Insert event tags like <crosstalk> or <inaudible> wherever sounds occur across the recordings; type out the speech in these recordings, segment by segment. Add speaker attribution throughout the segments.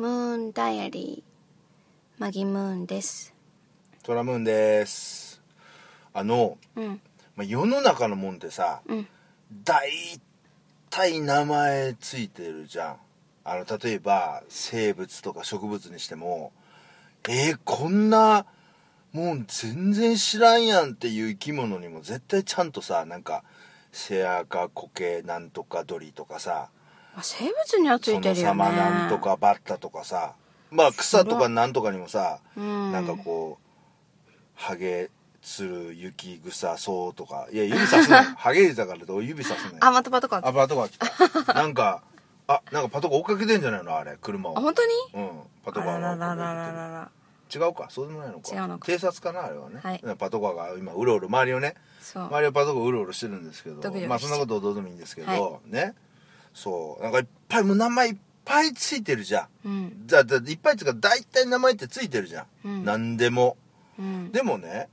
Speaker 1: ンダイアリーマギムーンです
Speaker 2: トラムーンですあの、
Speaker 1: うん
Speaker 2: まあ、世の中のもんってさ
Speaker 1: うん
Speaker 2: 大体名前ついてるじゃんあの例えば生物とか植物にしてもえー、こんなもう全然知らんやんっていう生き物にも絶対ちゃんとさなんかセアカコケなんとか鳥とかさ
Speaker 1: あ生物にはついてるよね
Speaker 2: そのサマなんとかバッタとかさまあ草とかなんとかにもさ、
Speaker 1: うん
Speaker 2: なんかこうハゲつる雪草そうとかいや指さ
Speaker 1: <laughs>
Speaker 2: すなよハゲだからどう指さすなよ
Speaker 1: あまたパトカー
Speaker 2: あパトカー
Speaker 1: <laughs>
Speaker 2: 来たなんかあなんかパトカー追っかけてんじゃないのあれ車を
Speaker 1: あ本当に
Speaker 2: うんパト
Speaker 1: あ
Speaker 2: カ
Speaker 1: ら
Speaker 2: ーが
Speaker 1: ら
Speaker 2: 追っ
Speaker 1: ららら
Speaker 2: かけてる
Speaker 1: ら
Speaker 2: 違うかそうでもないのか
Speaker 1: 違うのか
Speaker 2: 偵察かなあれはね、
Speaker 1: はい
Speaker 2: パトカーが今うろうろ周りをね
Speaker 1: そう
Speaker 2: 周りはパトカーうろうろしてるんですけど
Speaker 1: ドキドキ
Speaker 2: まあ
Speaker 1: し
Speaker 2: そ
Speaker 1: ちゃうん
Speaker 2: なことはどうでもいいんですけど、
Speaker 1: は
Speaker 2: ねそうなんかいっぱいもう名前いっぱいついてるじゃ
Speaker 1: う
Speaker 2: ん
Speaker 1: ん
Speaker 2: だだいっぱいつうか大体名前ってついてるじゃ
Speaker 1: う
Speaker 2: ん、
Speaker 1: ん
Speaker 2: 何でも
Speaker 1: うん
Speaker 2: でもね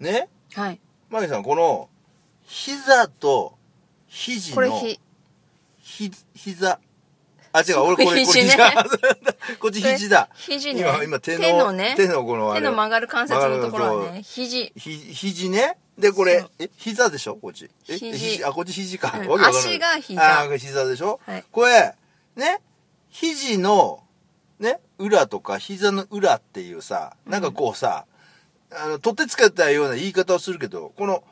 Speaker 2: ね
Speaker 1: はい
Speaker 2: マギさんこの膝と肘
Speaker 1: これ
Speaker 2: の
Speaker 1: ひ
Speaker 2: ひ膝あ違う俺これこれ
Speaker 1: 肘ね
Speaker 2: 膝こっち肘だ
Speaker 1: 肘ね
Speaker 2: 今今手の
Speaker 1: 手のね
Speaker 2: 手のこのあ
Speaker 1: 手
Speaker 2: れ
Speaker 1: の曲がる関節のところ
Speaker 2: 曲が
Speaker 1: は
Speaker 2: る
Speaker 1: ね肘
Speaker 2: ひ肘ねでこれ
Speaker 1: そう
Speaker 2: え膝でしょこっちえ
Speaker 1: 肘
Speaker 2: あこっち肘か、
Speaker 1: うん
Speaker 2: わけわかんない
Speaker 1: 足が膝
Speaker 2: あこれ膝でしょ、
Speaker 1: はい
Speaker 2: これね肘のね裏とか膝の裏っていうさなんかこうさ、あの取ってつけたような言い方をするけどこの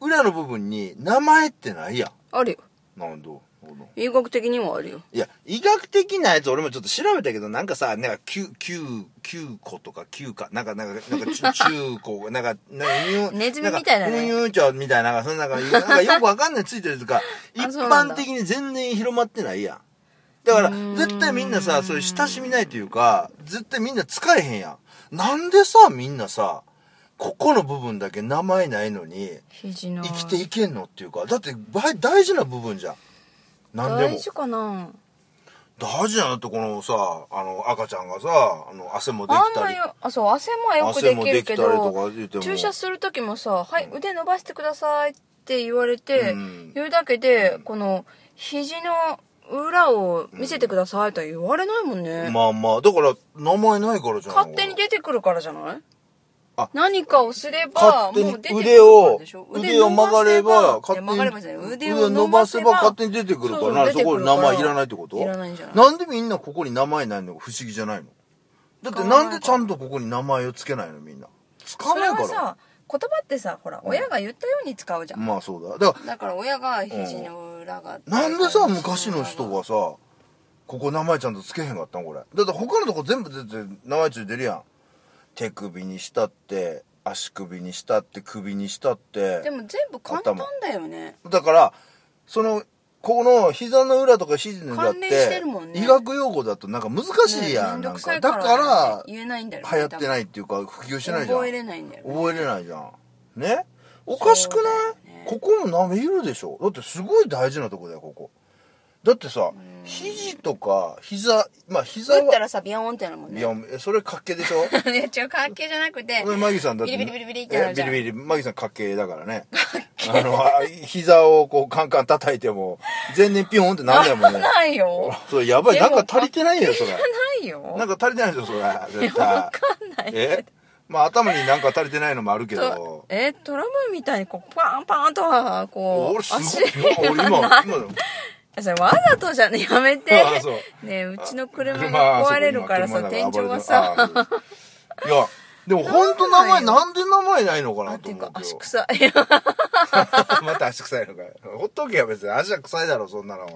Speaker 2: 裏の部分に名前ってないや
Speaker 1: あるよ
Speaker 2: んなんどなるほど
Speaker 1: 医学的にもあるよ
Speaker 2: いや医学的なやつ俺もちょっと調べたけどなんかさなんか九九九個とか九かなんかなんかなんか中 <laughs> 中個なんかなんかニュー
Speaker 1: ネズミみたいだね
Speaker 2: なんかニューチョみたいななんかそんななんかなんかよくわかんないついてるとか一
Speaker 1: あそうなん
Speaker 2: 般
Speaker 1: だ
Speaker 2: 的に全然広まってないやんだから
Speaker 1: うーん
Speaker 2: 絶対みんなさそういう親しみないというか絶対みんな使えへんやんなんでさみんなさここの部分だけ名前ないのに
Speaker 1: 肘の
Speaker 2: 生きていけんのっていうかだってばい大事な部分じゃん何でも
Speaker 1: 大事かな
Speaker 2: 大事だなってこのさあの赤ちゃんがさあの汗もでき
Speaker 1: あん
Speaker 2: た
Speaker 1: ま
Speaker 2: り
Speaker 1: よあそう汗もよくできるけ
Speaker 2: 汗もできたりと
Speaker 1: ど
Speaker 2: か言うても
Speaker 1: 注射する時もさ「はい
Speaker 2: うん
Speaker 1: 腕伸ばしてください」って言われて、
Speaker 2: うん
Speaker 1: 言うだけで、
Speaker 2: うん
Speaker 1: この肘の裏を見せてくださいとは言われないもんね、
Speaker 2: まあまあだから名前ないからじゃん
Speaker 1: 勝手に出てくるからじゃない
Speaker 2: あ
Speaker 1: 何かをすれば
Speaker 2: 勝手
Speaker 1: も
Speaker 2: に
Speaker 1: う出てくる
Speaker 2: 腕を
Speaker 1: でしょ
Speaker 2: 腕を曲がれば
Speaker 1: 勝手に
Speaker 2: 勝
Speaker 1: ばじ
Speaker 2: 手
Speaker 1: ゃ
Speaker 2: に
Speaker 1: ない
Speaker 2: 腕
Speaker 1: 腕
Speaker 2: を
Speaker 1: を
Speaker 2: 伸ばせば勝手に出てくるからな
Speaker 1: そうそう出て
Speaker 2: そ
Speaker 1: く
Speaker 2: こ
Speaker 1: る
Speaker 2: に
Speaker 1: から
Speaker 2: 名前いらないってこと
Speaker 1: いらないんじゃない
Speaker 2: なんでみんなここに名前ないのが不思議じゃないのだってなんでちゃんとここに名前をつけないのみんなつか
Speaker 1: そ
Speaker 2: な
Speaker 1: れ
Speaker 2: いか
Speaker 1: は
Speaker 2: ら
Speaker 1: さ言葉ってさほら親が言ったように使うじゃん、
Speaker 2: まあそうだだか
Speaker 1: だから親が肘の裏が、
Speaker 2: らなんでさ昔の人がさここ名前ちゃんとつけへんかったんこれだって他のとこ全部出て名前ついてるやん手首にしたって足首にしたって首にしたって
Speaker 1: でも全部簡単だよね
Speaker 2: だからそのこの膝の裏とか肘の裏っ
Speaker 1: 関連して
Speaker 2: て
Speaker 1: るもんね
Speaker 2: 医学用語だとなんか難しい
Speaker 1: ねめ
Speaker 2: やん,、なん
Speaker 1: ど
Speaker 2: ん
Speaker 1: くさ
Speaker 2: か
Speaker 1: い
Speaker 2: だ
Speaker 1: ね
Speaker 2: から流
Speaker 1: 言えないんだよね
Speaker 2: 行って
Speaker 1: い
Speaker 2: ないっていうか普及してないじゃん
Speaker 1: 覚えれないんだよね
Speaker 2: 覚えれないじゃんねおかしくない
Speaker 1: そうだよね
Speaker 2: ここも舐めるでしょだってすごい大事なとこだよここだってさ肘とか膝まあ膝
Speaker 1: 打った
Speaker 2: は
Speaker 1: らさビヨーンってなるもん
Speaker 2: い
Speaker 1: ね
Speaker 2: やえそれかっけ
Speaker 1: <laughs>
Speaker 2: でしょ
Speaker 1: いや違う関係じゃなくて
Speaker 2: これマギさんだって
Speaker 1: ビリビリビリビリってな
Speaker 2: え
Speaker 1: るじ
Speaker 2: ビ
Speaker 1: ゃん
Speaker 2: リビリマギさんかっけだからねあのあ膝をこうカンカン叩いても全然ピョンってなんだよもん
Speaker 1: <laughs>
Speaker 2: ね
Speaker 1: ないよ
Speaker 2: それやばい
Speaker 1: でも
Speaker 2: なんか足りてないよ
Speaker 1: <laughs>
Speaker 2: それ
Speaker 1: ない
Speaker 2: な
Speaker 1: よ
Speaker 2: んか足りてないでしょそれ絶対
Speaker 1: わかんない
Speaker 2: えまあ頭になんか足りてないのもあるけど
Speaker 1: とえトラムみたいにこうパンパンとはこう
Speaker 2: 俺すごい
Speaker 1: が
Speaker 2: 俺今今
Speaker 1: ないそれわざとじゃねやめて
Speaker 2: あそう
Speaker 1: ねうちの車が壊れるからさ
Speaker 2: 車
Speaker 1: 天井
Speaker 2: 今
Speaker 1: が
Speaker 2: 車
Speaker 1: さ
Speaker 2: だから暴れてるあーいやでも本当名前なんで名前ないのか
Speaker 1: あ
Speaker 2: な
Speaker 1: って
Speaker 2: と
Speaker 1: いう
Speaker 2: 思う
Speaker 1: か
Speaker 2: け
Speaker 1: 足
Speaker 2: ど
Speaker 1: 臭い
Speaker 2: <laughs> また足臭いのかよほっとけよ別に足は臭いだろそんなの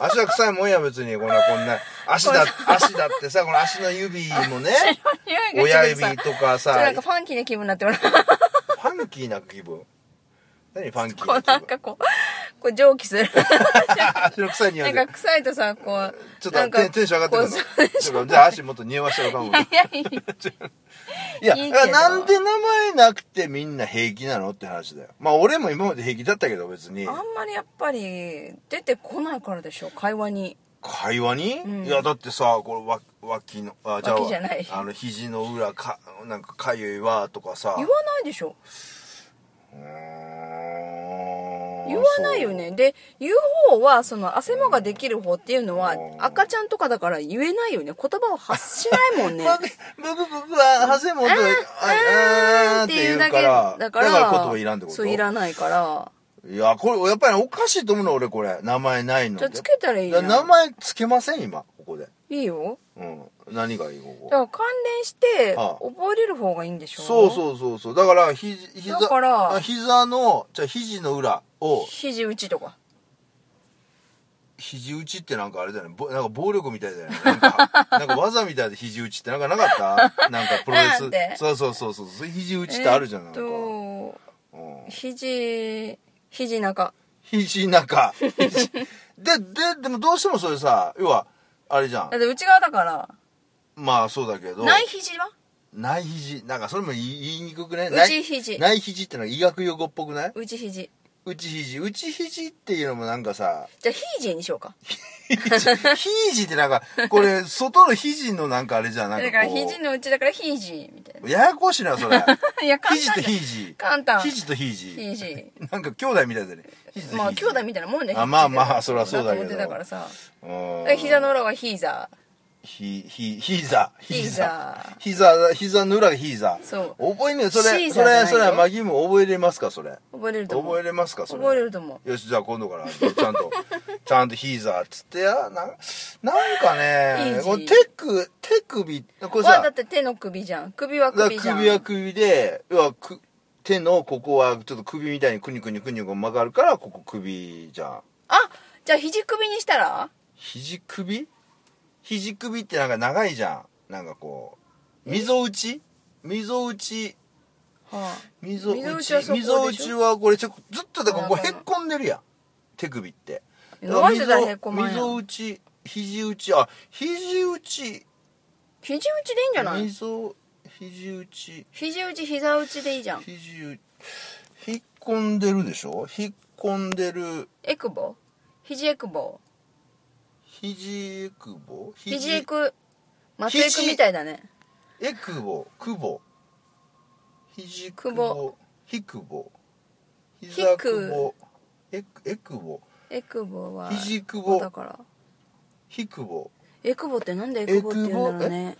Speaker 2: 足は臭いもんや別にこんなこんな足だ足だってさこの足の指も
Speaker 1: <laughs>
Speaker 2: ね
Speaker 1: 匂いが
Speaker 2: 親
Speaker 1: する
Speaker 2: 指
Speaker 1: さ
Speaker 2: とか
Speaker 1: ちょっとな
Speaker 2: さ
Speaker 1: んかファンキーな気分になってもらう
Speaker 2: ファンキーな気分何ファンキー
Speaker 1: こう
Speaker 2: な気
Speaker 1: なん
Speaker 2: 分
Speaker 1: かこうこう蒸気する
Speaker 2: <laughs> 足の臭い匂
Speaker 1: ないん
Speaker 2: で
Speaker 1: か臭いとさこう
Speaker 2: ちょっ
Speaker 1: な
Speaker 2: と
Speaker 1: んか
Speaker 2: テンテンション上がって
Speaker 1: こ
Speaker 2: くる <laughs> のちょっとじゃあ足もっと匂わしてるかも
Speaker 1: ういやいや
Speaker 2: いや
Speaker 1: いいけど
Speaker 2: だからなんで名前なくてみんな平気なのって話だよまあ俺も今まで平気だったけど別に
Speaker 1: あんまりやっぱり出てこないからでしょ会話に
Speaker 2: 会話に、
Speaker 1: ん
Speaker 2: いやだってさこれわ脇のああ
Speaker 1: 脇じゃない
Speaker 2: あの肘の裏かなんかかゆいわとかさ
Speaker 1: 言わないでしょ
Speaker 2: うーんあ
Speaker 1: 言わないよねで言う方はその汗もができる方っていうのは
Speaker 2: うん
Speaker 1: 赤ちゃんとかだから言えないよね言葉を発しないも
Speaker 2: <laughs>
Speaker 1: んね
Speaker 2: 僕、僕、僕は、ハセモンと、ああーって言うから、
Speaker 1: だから
Speaker 2: だから言葉いらんってこと
Speaker 1: そういらないから
Speaker 2: いや、これ、やっぱりおかしいと思うの、俺、これ。名前ないの
Speaker 1: じゃ
Speaker 2: で。
Speaker 1: あつけたらいい
Speaker 2: だ
Speaker 1: や
Speaker 2: か
Speaker 1: ん
Speaker 2: ら名前つけません、今、ここで。
Speaker 1: いいよ
Speaker 2: うん。何がいい、こ
Speaker 1: だか
Speaker 2: こ。
Speaker 1: ら関連して
Speaker 2: ああ
Speaker 1: 覚えれる方がいいんでしょ
Speaker 2: そうそうそうそう。だから、ひ、膝、
Speaker 1: だから
Speaker 2: あ膝の、じゃあ肘の裏を、
Speaker 1: 肘打ちとか
Speaker 2: 肘打ちってなんかあれだよね。ぼなんか暴力みたいだよね。な
Speaker 1: <laughs>
Speaker 2: んか、なんか技みたいで肘打ちってなんかなかったなんかプロ
Speaker 1: なん
Speaker 2: レ
Speaker 1: で
Speaker 2: ス。そうそうそうそう。そう肘打ちってあるじゃん、なんか。
Speaker 1: え
Speaker 2: う
Speaker 1: ーっ
Speaker 2: ん
Speaker 1: と肘肘中
Speaker 2: 肘中。肘 <laughs> で、で、でもどうしてもそれさ、要は、あれじゃん
Speaker 1: だっ。て内側だから
Speaker 2: まあそうだけど。
Speaker 1: ない肘は
Speaker 2: 内肘。なんかそれも言い言いにくくね。
Speaker 1: 内肘
Speaker 2: 内肘ってのは医学用語っぽくない
Speaker 1: 内肘
Speaker 2: 内肘。内肘っていうのもなんかさ、
Speaker 1: じゃあ肘にしようか
Speaker 2: <laughs> 肘ってなんか、これ、外の肘のなんかあれじゃん。なんか
Speaker 1: だ
Speaker 2: こう
Speaker 1: から肘の内だから肘みたい
Speaker 2: ややこしいな、それ。
Speaker 1: な <laughs> いや簡
Speaker 2: 肘と
Speaker 1: 単だよ
Speaker 2: 肘。
Speaker 1: 簡単
Speaker 2: 肘と肘。
Speaker 1: 肘
Speaker 2: なんか兄弟みたいだね。肘と肘
Speaker 1: まあ兄弟みたいなもんね
Speaker 2: あまあまあそりゃそうだけど
Speaker 1: 表だからさだか
Speaker 2: うん
Speaker 1: ら膝の裏は膝
Speaker 2: ひ、ひ、膝。
Speaker 1: 膝
Speaker 2: 膝、膝の裏が膝。
Speaker 1: そう
Speaker 2: 覚えねえ、それ、
Speaker 1: シー
Speaker 2: そ
Speaker 1: ザーじゃない
Speaker 2: れ、
Speaker 1: よ
Speaker 2: それ、マギム覚えれますか、それ。
Speaker 1: 覚えれると思う
Speaker 2: 覚えれますか、それ。
Speaker 1: 覚えれると思う
Speaker 2: よし、じゃあ今度から、ちゃんと、 <laughs> ちゃんとヒーザーっつってや、なんなんかね
Speaker 1: イージ、ー
Speaker 2: この手首、手首、これ
Speaker 1: わ
Speaker 2: さ
Speaker 1: だっ、て手の首じゃん首は
Speaker 2: だ
Speaker 1: 首じゃん
Speaker 2: 首は首で、要はく手のここはちょっと首みたいにくにゅくにゅくにゅが曲がるから、ここ首じゃん。
Speaker 1: あじゃあ肘首にしたら
Speaker 2: 肘首肘首ってなんか長いじゃん。なんかこう、溝打ち溝打ち、
Speaker 1: は
Speaker 2: 溝
Speaker 1: 溝
Speaker 2: 打
Speaker 1: 打
Speaker 2: ち
Speaker 1: ちは、そこでしょ
Speaker 2: 溝打ちはこれちょ、ずっとだからこ
Speaker 1: あ
Speaker 2: こ
Speaker 1: ー
Speaker 2: へっこんでるやん。手首って。
Speaker 1: あ、伸ばしてたらへっこ
Speaker 2: 溝
Speaker 1: まんや
Speaker 2: 溝
Speaker 1: ん
Speaker 2: 打ち、肘打ち、あ、肘打ち、
Speaker 1: 肘打ちでいいんじゃない
Speaker 2: 溝、肘打ち、
Speaker 1: 肘打ち膝打ちでいいじゃん
Speaker 2: 肘打ち、引っ込んでるでしょ引っ込んでる、
Speaker 1: エクボ肘エクボ
Speaker 2: 肘エクボ
Speaker 1: 肘エク松エクみたいだね
Speaker 2: えくぼくぼ肘く
Speaker 1: く
Speaker 2: ぼ
Speaker 1: ぼ
Speaker 2: ひくぼ膝
Speaker 1: ひく
Speaker 2: くぼえくえくぼ
Speaker 1: エクボは
Speaker 2: 肘くぼ
Speaker 1: だから
Speaker 2: ひくぼ
Speaker 1: エクボってなんでエクボって言うんだろうね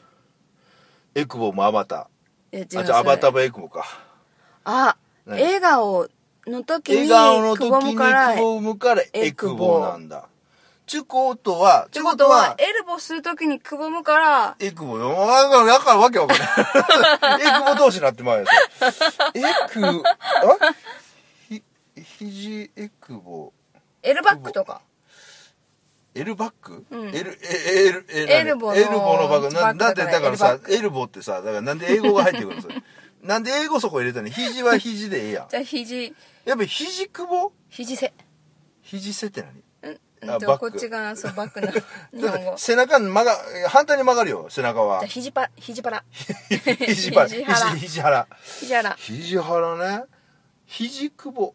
Speaker 2: えくぼもアバタ
Speaker 1: え違う
Speaker 2: ーあじゃあアバター
Speaker 1: それ
Speaker 2: もえくぼか
Speaker 1: あ
Speaker 2: 何
Speaker 1: 笑顔の時に
Speaker 2: 笑顔の時に
Speaker 1: くぼ
Speaker 2: く
Speaker 1: むから
Speaker 2: ぼむからえ
Speaker 1: え
Speaker 2: く
Speaker 1: くぼ
Speaker 2: ぼなんだちゅことは
Speaker 1: ってことはエルボする時にくぼむから
Speaker 2: えくぼよだからだからわけわかんない
Speaker 1: <laughs>
Speaker 2: えくぼ同士になってまうやつえくあひ肘えくぼ
Speaker 1: エルバックとか
Speaker 2: L バック、
Speaker 1: うん
Speaker 2: L, L, L,
Speaker 1: エルボの
Speaker 2: エルボのバックな
Speaker 1: バ
Speaker 2: だっ
Speaker 1: ック
Speaker 2: て
Speaker 1: だから
Speaker 2: だからさ
Speaker 1: エルバッ
Speaker 2: エルボってさだからなんで英語が入ってくるのそれなんで英語そこ入れたの肘は肘でええやん
Speaker 1: じゃあ肘
Speaker 2: やっぱ肘くぼ
Speaker 1: 肘せ
Speaker 2: 肘背って何
Speaker 1: うん
Speaker 2: あ
Speaker 1: うん
Speaker 2: バッ
Speaker 1: と
Speaker 2: ク
Speaker 1: こっちがそうバック
Speaker 2: <laughs>
Speaker 1: な日
Speaker 2: だっ
Speaker 1: 本語
Speaker 2: て
Speaker 1: じ
Speaker 2: 背中曲が反対に曲がるよ背中
Speaker 1: ゃ
Speaker 2: は
Speaker 1: あ肘パ <laughs> 肘パラ
Speaker 2: 肘腹
Speaker 1: 肘腹
Speaker 2: 肘肘腹
Speaker 1: 肘腹
Speaker 2: 肘腹ね肘くぼ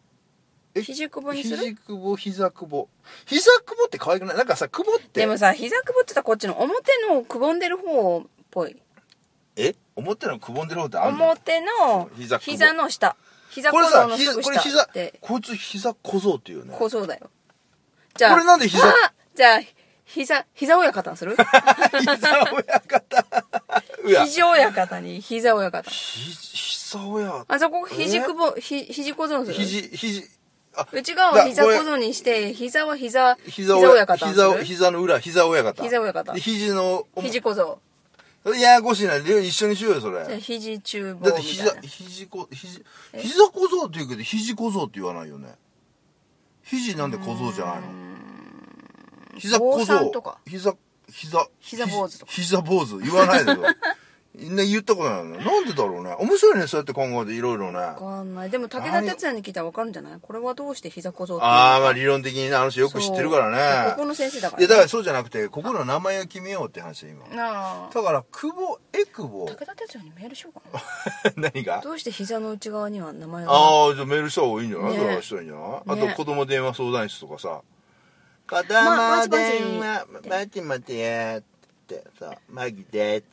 Speaker 2: え
Speaker 1: 肘くぼにする
Speaker 2: 肘くぼ膝くぼ膝くぼって可愛くないなんかさくぼって
Speaker 1: でもさ膝くぼってたらこっちの表のくぼんでる方っぽい
Speaker 2: え表のくぼんでる方ってあんの
Speaker 1: 表の
Speaker 2: 膝くぼ
Speaker 1: 膝の下膝
Speaker 2: こ
Speaker 1: 小
Speaker 2: れ
Speaker 1: 僧
Speaker 2: さ、
Speaker 1: のす
Speaker 2: 膝
Speaker 1: ぐ
Speaker 2: これ
Speaker 1: 下
Speaker 2: 膝
Speaker 1: って、
Speaker 2: こいつ膝小僧っていうね。
Speaker 1: 小僧だよじ
Speaker 2: これなんで膝、
Speaker 1: あ <laughs> じゃあ膝膝親方にす
Speaker 2: <laughs>
Speaker 1: る
Speaker 2: 膝親
Speaker 1: <laughs>
Speaker 2: 方。うや。
Speaker 1: 肘親方に膝親方
Speaker 2: ひ膝親。
Speaker 1: あそこ肘くぼ、ひ肘小僧にする
Speaker 2: 肘、肘、あ、
Speaker 1: 内側は膝小僧にして、膝は膝、
Speaker 2: 膝
Speaker 1: 膝
Speaker 2: 親
Speaker 1: 親
Speaker 2: 方。
Speaker 1: 方にする
Speaker 2: 膝、膝の裏、膝親方。
Speaker 1: 膝親方
Speaker 2: で肘の、
Speaker 1: 肘小僧。
Speaker 2: ややこしいな。両一緒にしようよ、それ。
Speaker 1: じゃあ
Speaker 2: だ
Speaker 1: 肘中棒み
Speaker 2: ったて
Speaker 1: い
Speaker 2: 膝
Speaker 1: な、。
Speaker 2: 肘小、肘、膝小僧って言うけど、肘小僧って言わないよね。肘なんで小僧じゃないの膝小
Speaker 1: 坊さん
Speaker 2: 僧
Speaker 1: とか。
Speaker 2: 膝、膝。
Speaker 1: 膝坊主とか
Speaker 2: ひ膝坊主。言わない
Speaker 1: <laughs>
Speaker 2: でよ。みんな言ったことないよね。なんでだろうね。面白いね、そうやって考えていろいろね。
Speaker 1: わかんない。でも武田鉄矢に聞いたらわかるんじゃないこれはどうして膝小僧っていうの
Speaker 2: ああ、まあ理論的にね、あの人よく知ってるから
Speaker 1: そうここ
Speaker 2: ね。
Speaker 1: の先生だから、
Speaker 2: いや、だからそうじゃなくて、ここの名前を決めようって話今。
Speaker 1: なあ。
Speaker 2: だから、久保、え久保 <laughs>
Speaker 1: 武、田鉄矢にメールしようかな。
Speaker 2: 何が
Speaker 1: どうして膝の内側には名前がない
Speaker 2: ああ、じゃあメールした方がいいんじゃない
Speaker 1: ね
Speaker 2: それはしたらいいんじゃないあ
Speaker 1: ね
Speaker 2: と、子供電話相談室とかさ。子供
Speaker 1: ままずまず
Speaker 2: 電話、待て待てやってさ、マギで。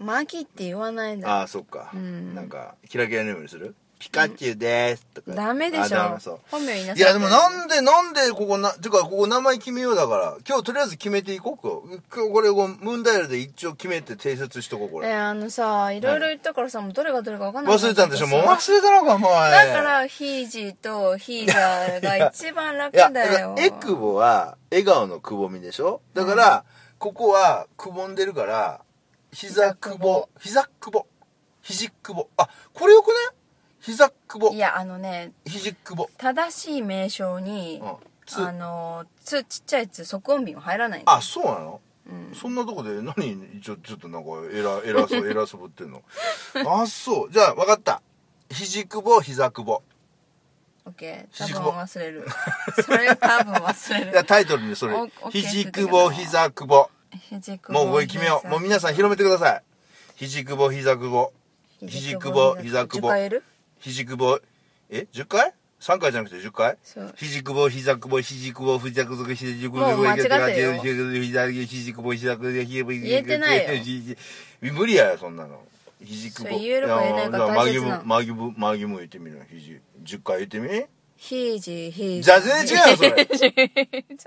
Speaker 1: マギって言わないんだよ。
Speaker 2: ああ、そっか。
Speaker 1: うん
Speaker 2: なんか、キラキラネームにするピカチュウですとか。
Speaker 1: ダメでし
Speaker 2: あダメ
Speaker 1: ょ
Speaker 2: そ
Speaker 1: 本名言いなさい
Speaker 2: ういや、でもなんで、なんで、ここな、てか、ここ名前決めようだから、今日とりあえず決めていこうか。今日これ、ムンダイルで一応決めて提出しとこう、こ
Speaker 1: え
Speaker 2: れ。
Speaker 1: ーあのさいろいろ言ったからさもうどれがどれか分かんない
Speaker 2: 忘れたんでしょもう
Speaker 1: だ
Speaker 2: 忘れたのか、お前。
Speaker 1: からヒージーとヒーザーが一番楽
Speaker 2: いや、
Speaker 1: だよ
Speaker 2: えくぼは笑顔のくぼみでしょだから、ここはくぼんでるから、膝くぼ、膝くぼ、肘くぼ。あ、これよくね膝くぼ
Speaker 1: い、やあのね
Speaker 2: 肘くぼ。
Speaker 1: 正しい名称に、
Speaker 2: うん。つ
Speaker 1: あの「つ」ちっちゃい「つ」即音便は入らないんだよ
Speaker 2: あ、そうなの
Speaker 1: うん
Speaker 2: そんなとこで何ちょちょっとなんか偉偉そう <laughs> 偉そうぶってんのあそうじゃあ分かった肘くぼ膝くぼ
Speaker 1: オッケー
Speaker 2: ひ
Speaker 1: 多
Speaker 2: じく
Speaker 1: 分
Speaker 2: ぼ
Speaker 1: 忘れるそれは多分忘れ
Speaker 2: <laughs> いや
Speaker 1: る
Speaker 2: タイトルにそれ
Speaker 1: おオッケー
Speaker 2: 肘くぼ膝くぼ
Speaker 1: ひじくぼ
Speaker 2: もうこれ決めようもう皆さん広めてください肘くぼ膝くぼ肘くぼ膝くぼ
Speaker 1: 10回言える
Speaker 2: 肘くぼえ10回 ?3 回じゃなくて10回
Speaker 1: そう
Speaker 2: 肘くぼ膝くぼ肘くぼ膝くぼ肘くぼ
Speaker 1: もう間違ってるよ
Speaker 2: 肘くぼ膝くぼ肘くぼ
Speaker 1: 言えてないよ
Speaker 2: 肘無理やよそんなの肘くぼ
Speaker 1: それ言えるか言えないか
Speaker 2: や
Speaker 1: 大切なの
Speaker 2: マギブマギブマギブ言ってみる肘10回言ってみ
Speaker 1: ひじひじ
Speaker 2: じゃあ全然違うよそれ
Speaker 1: ひじ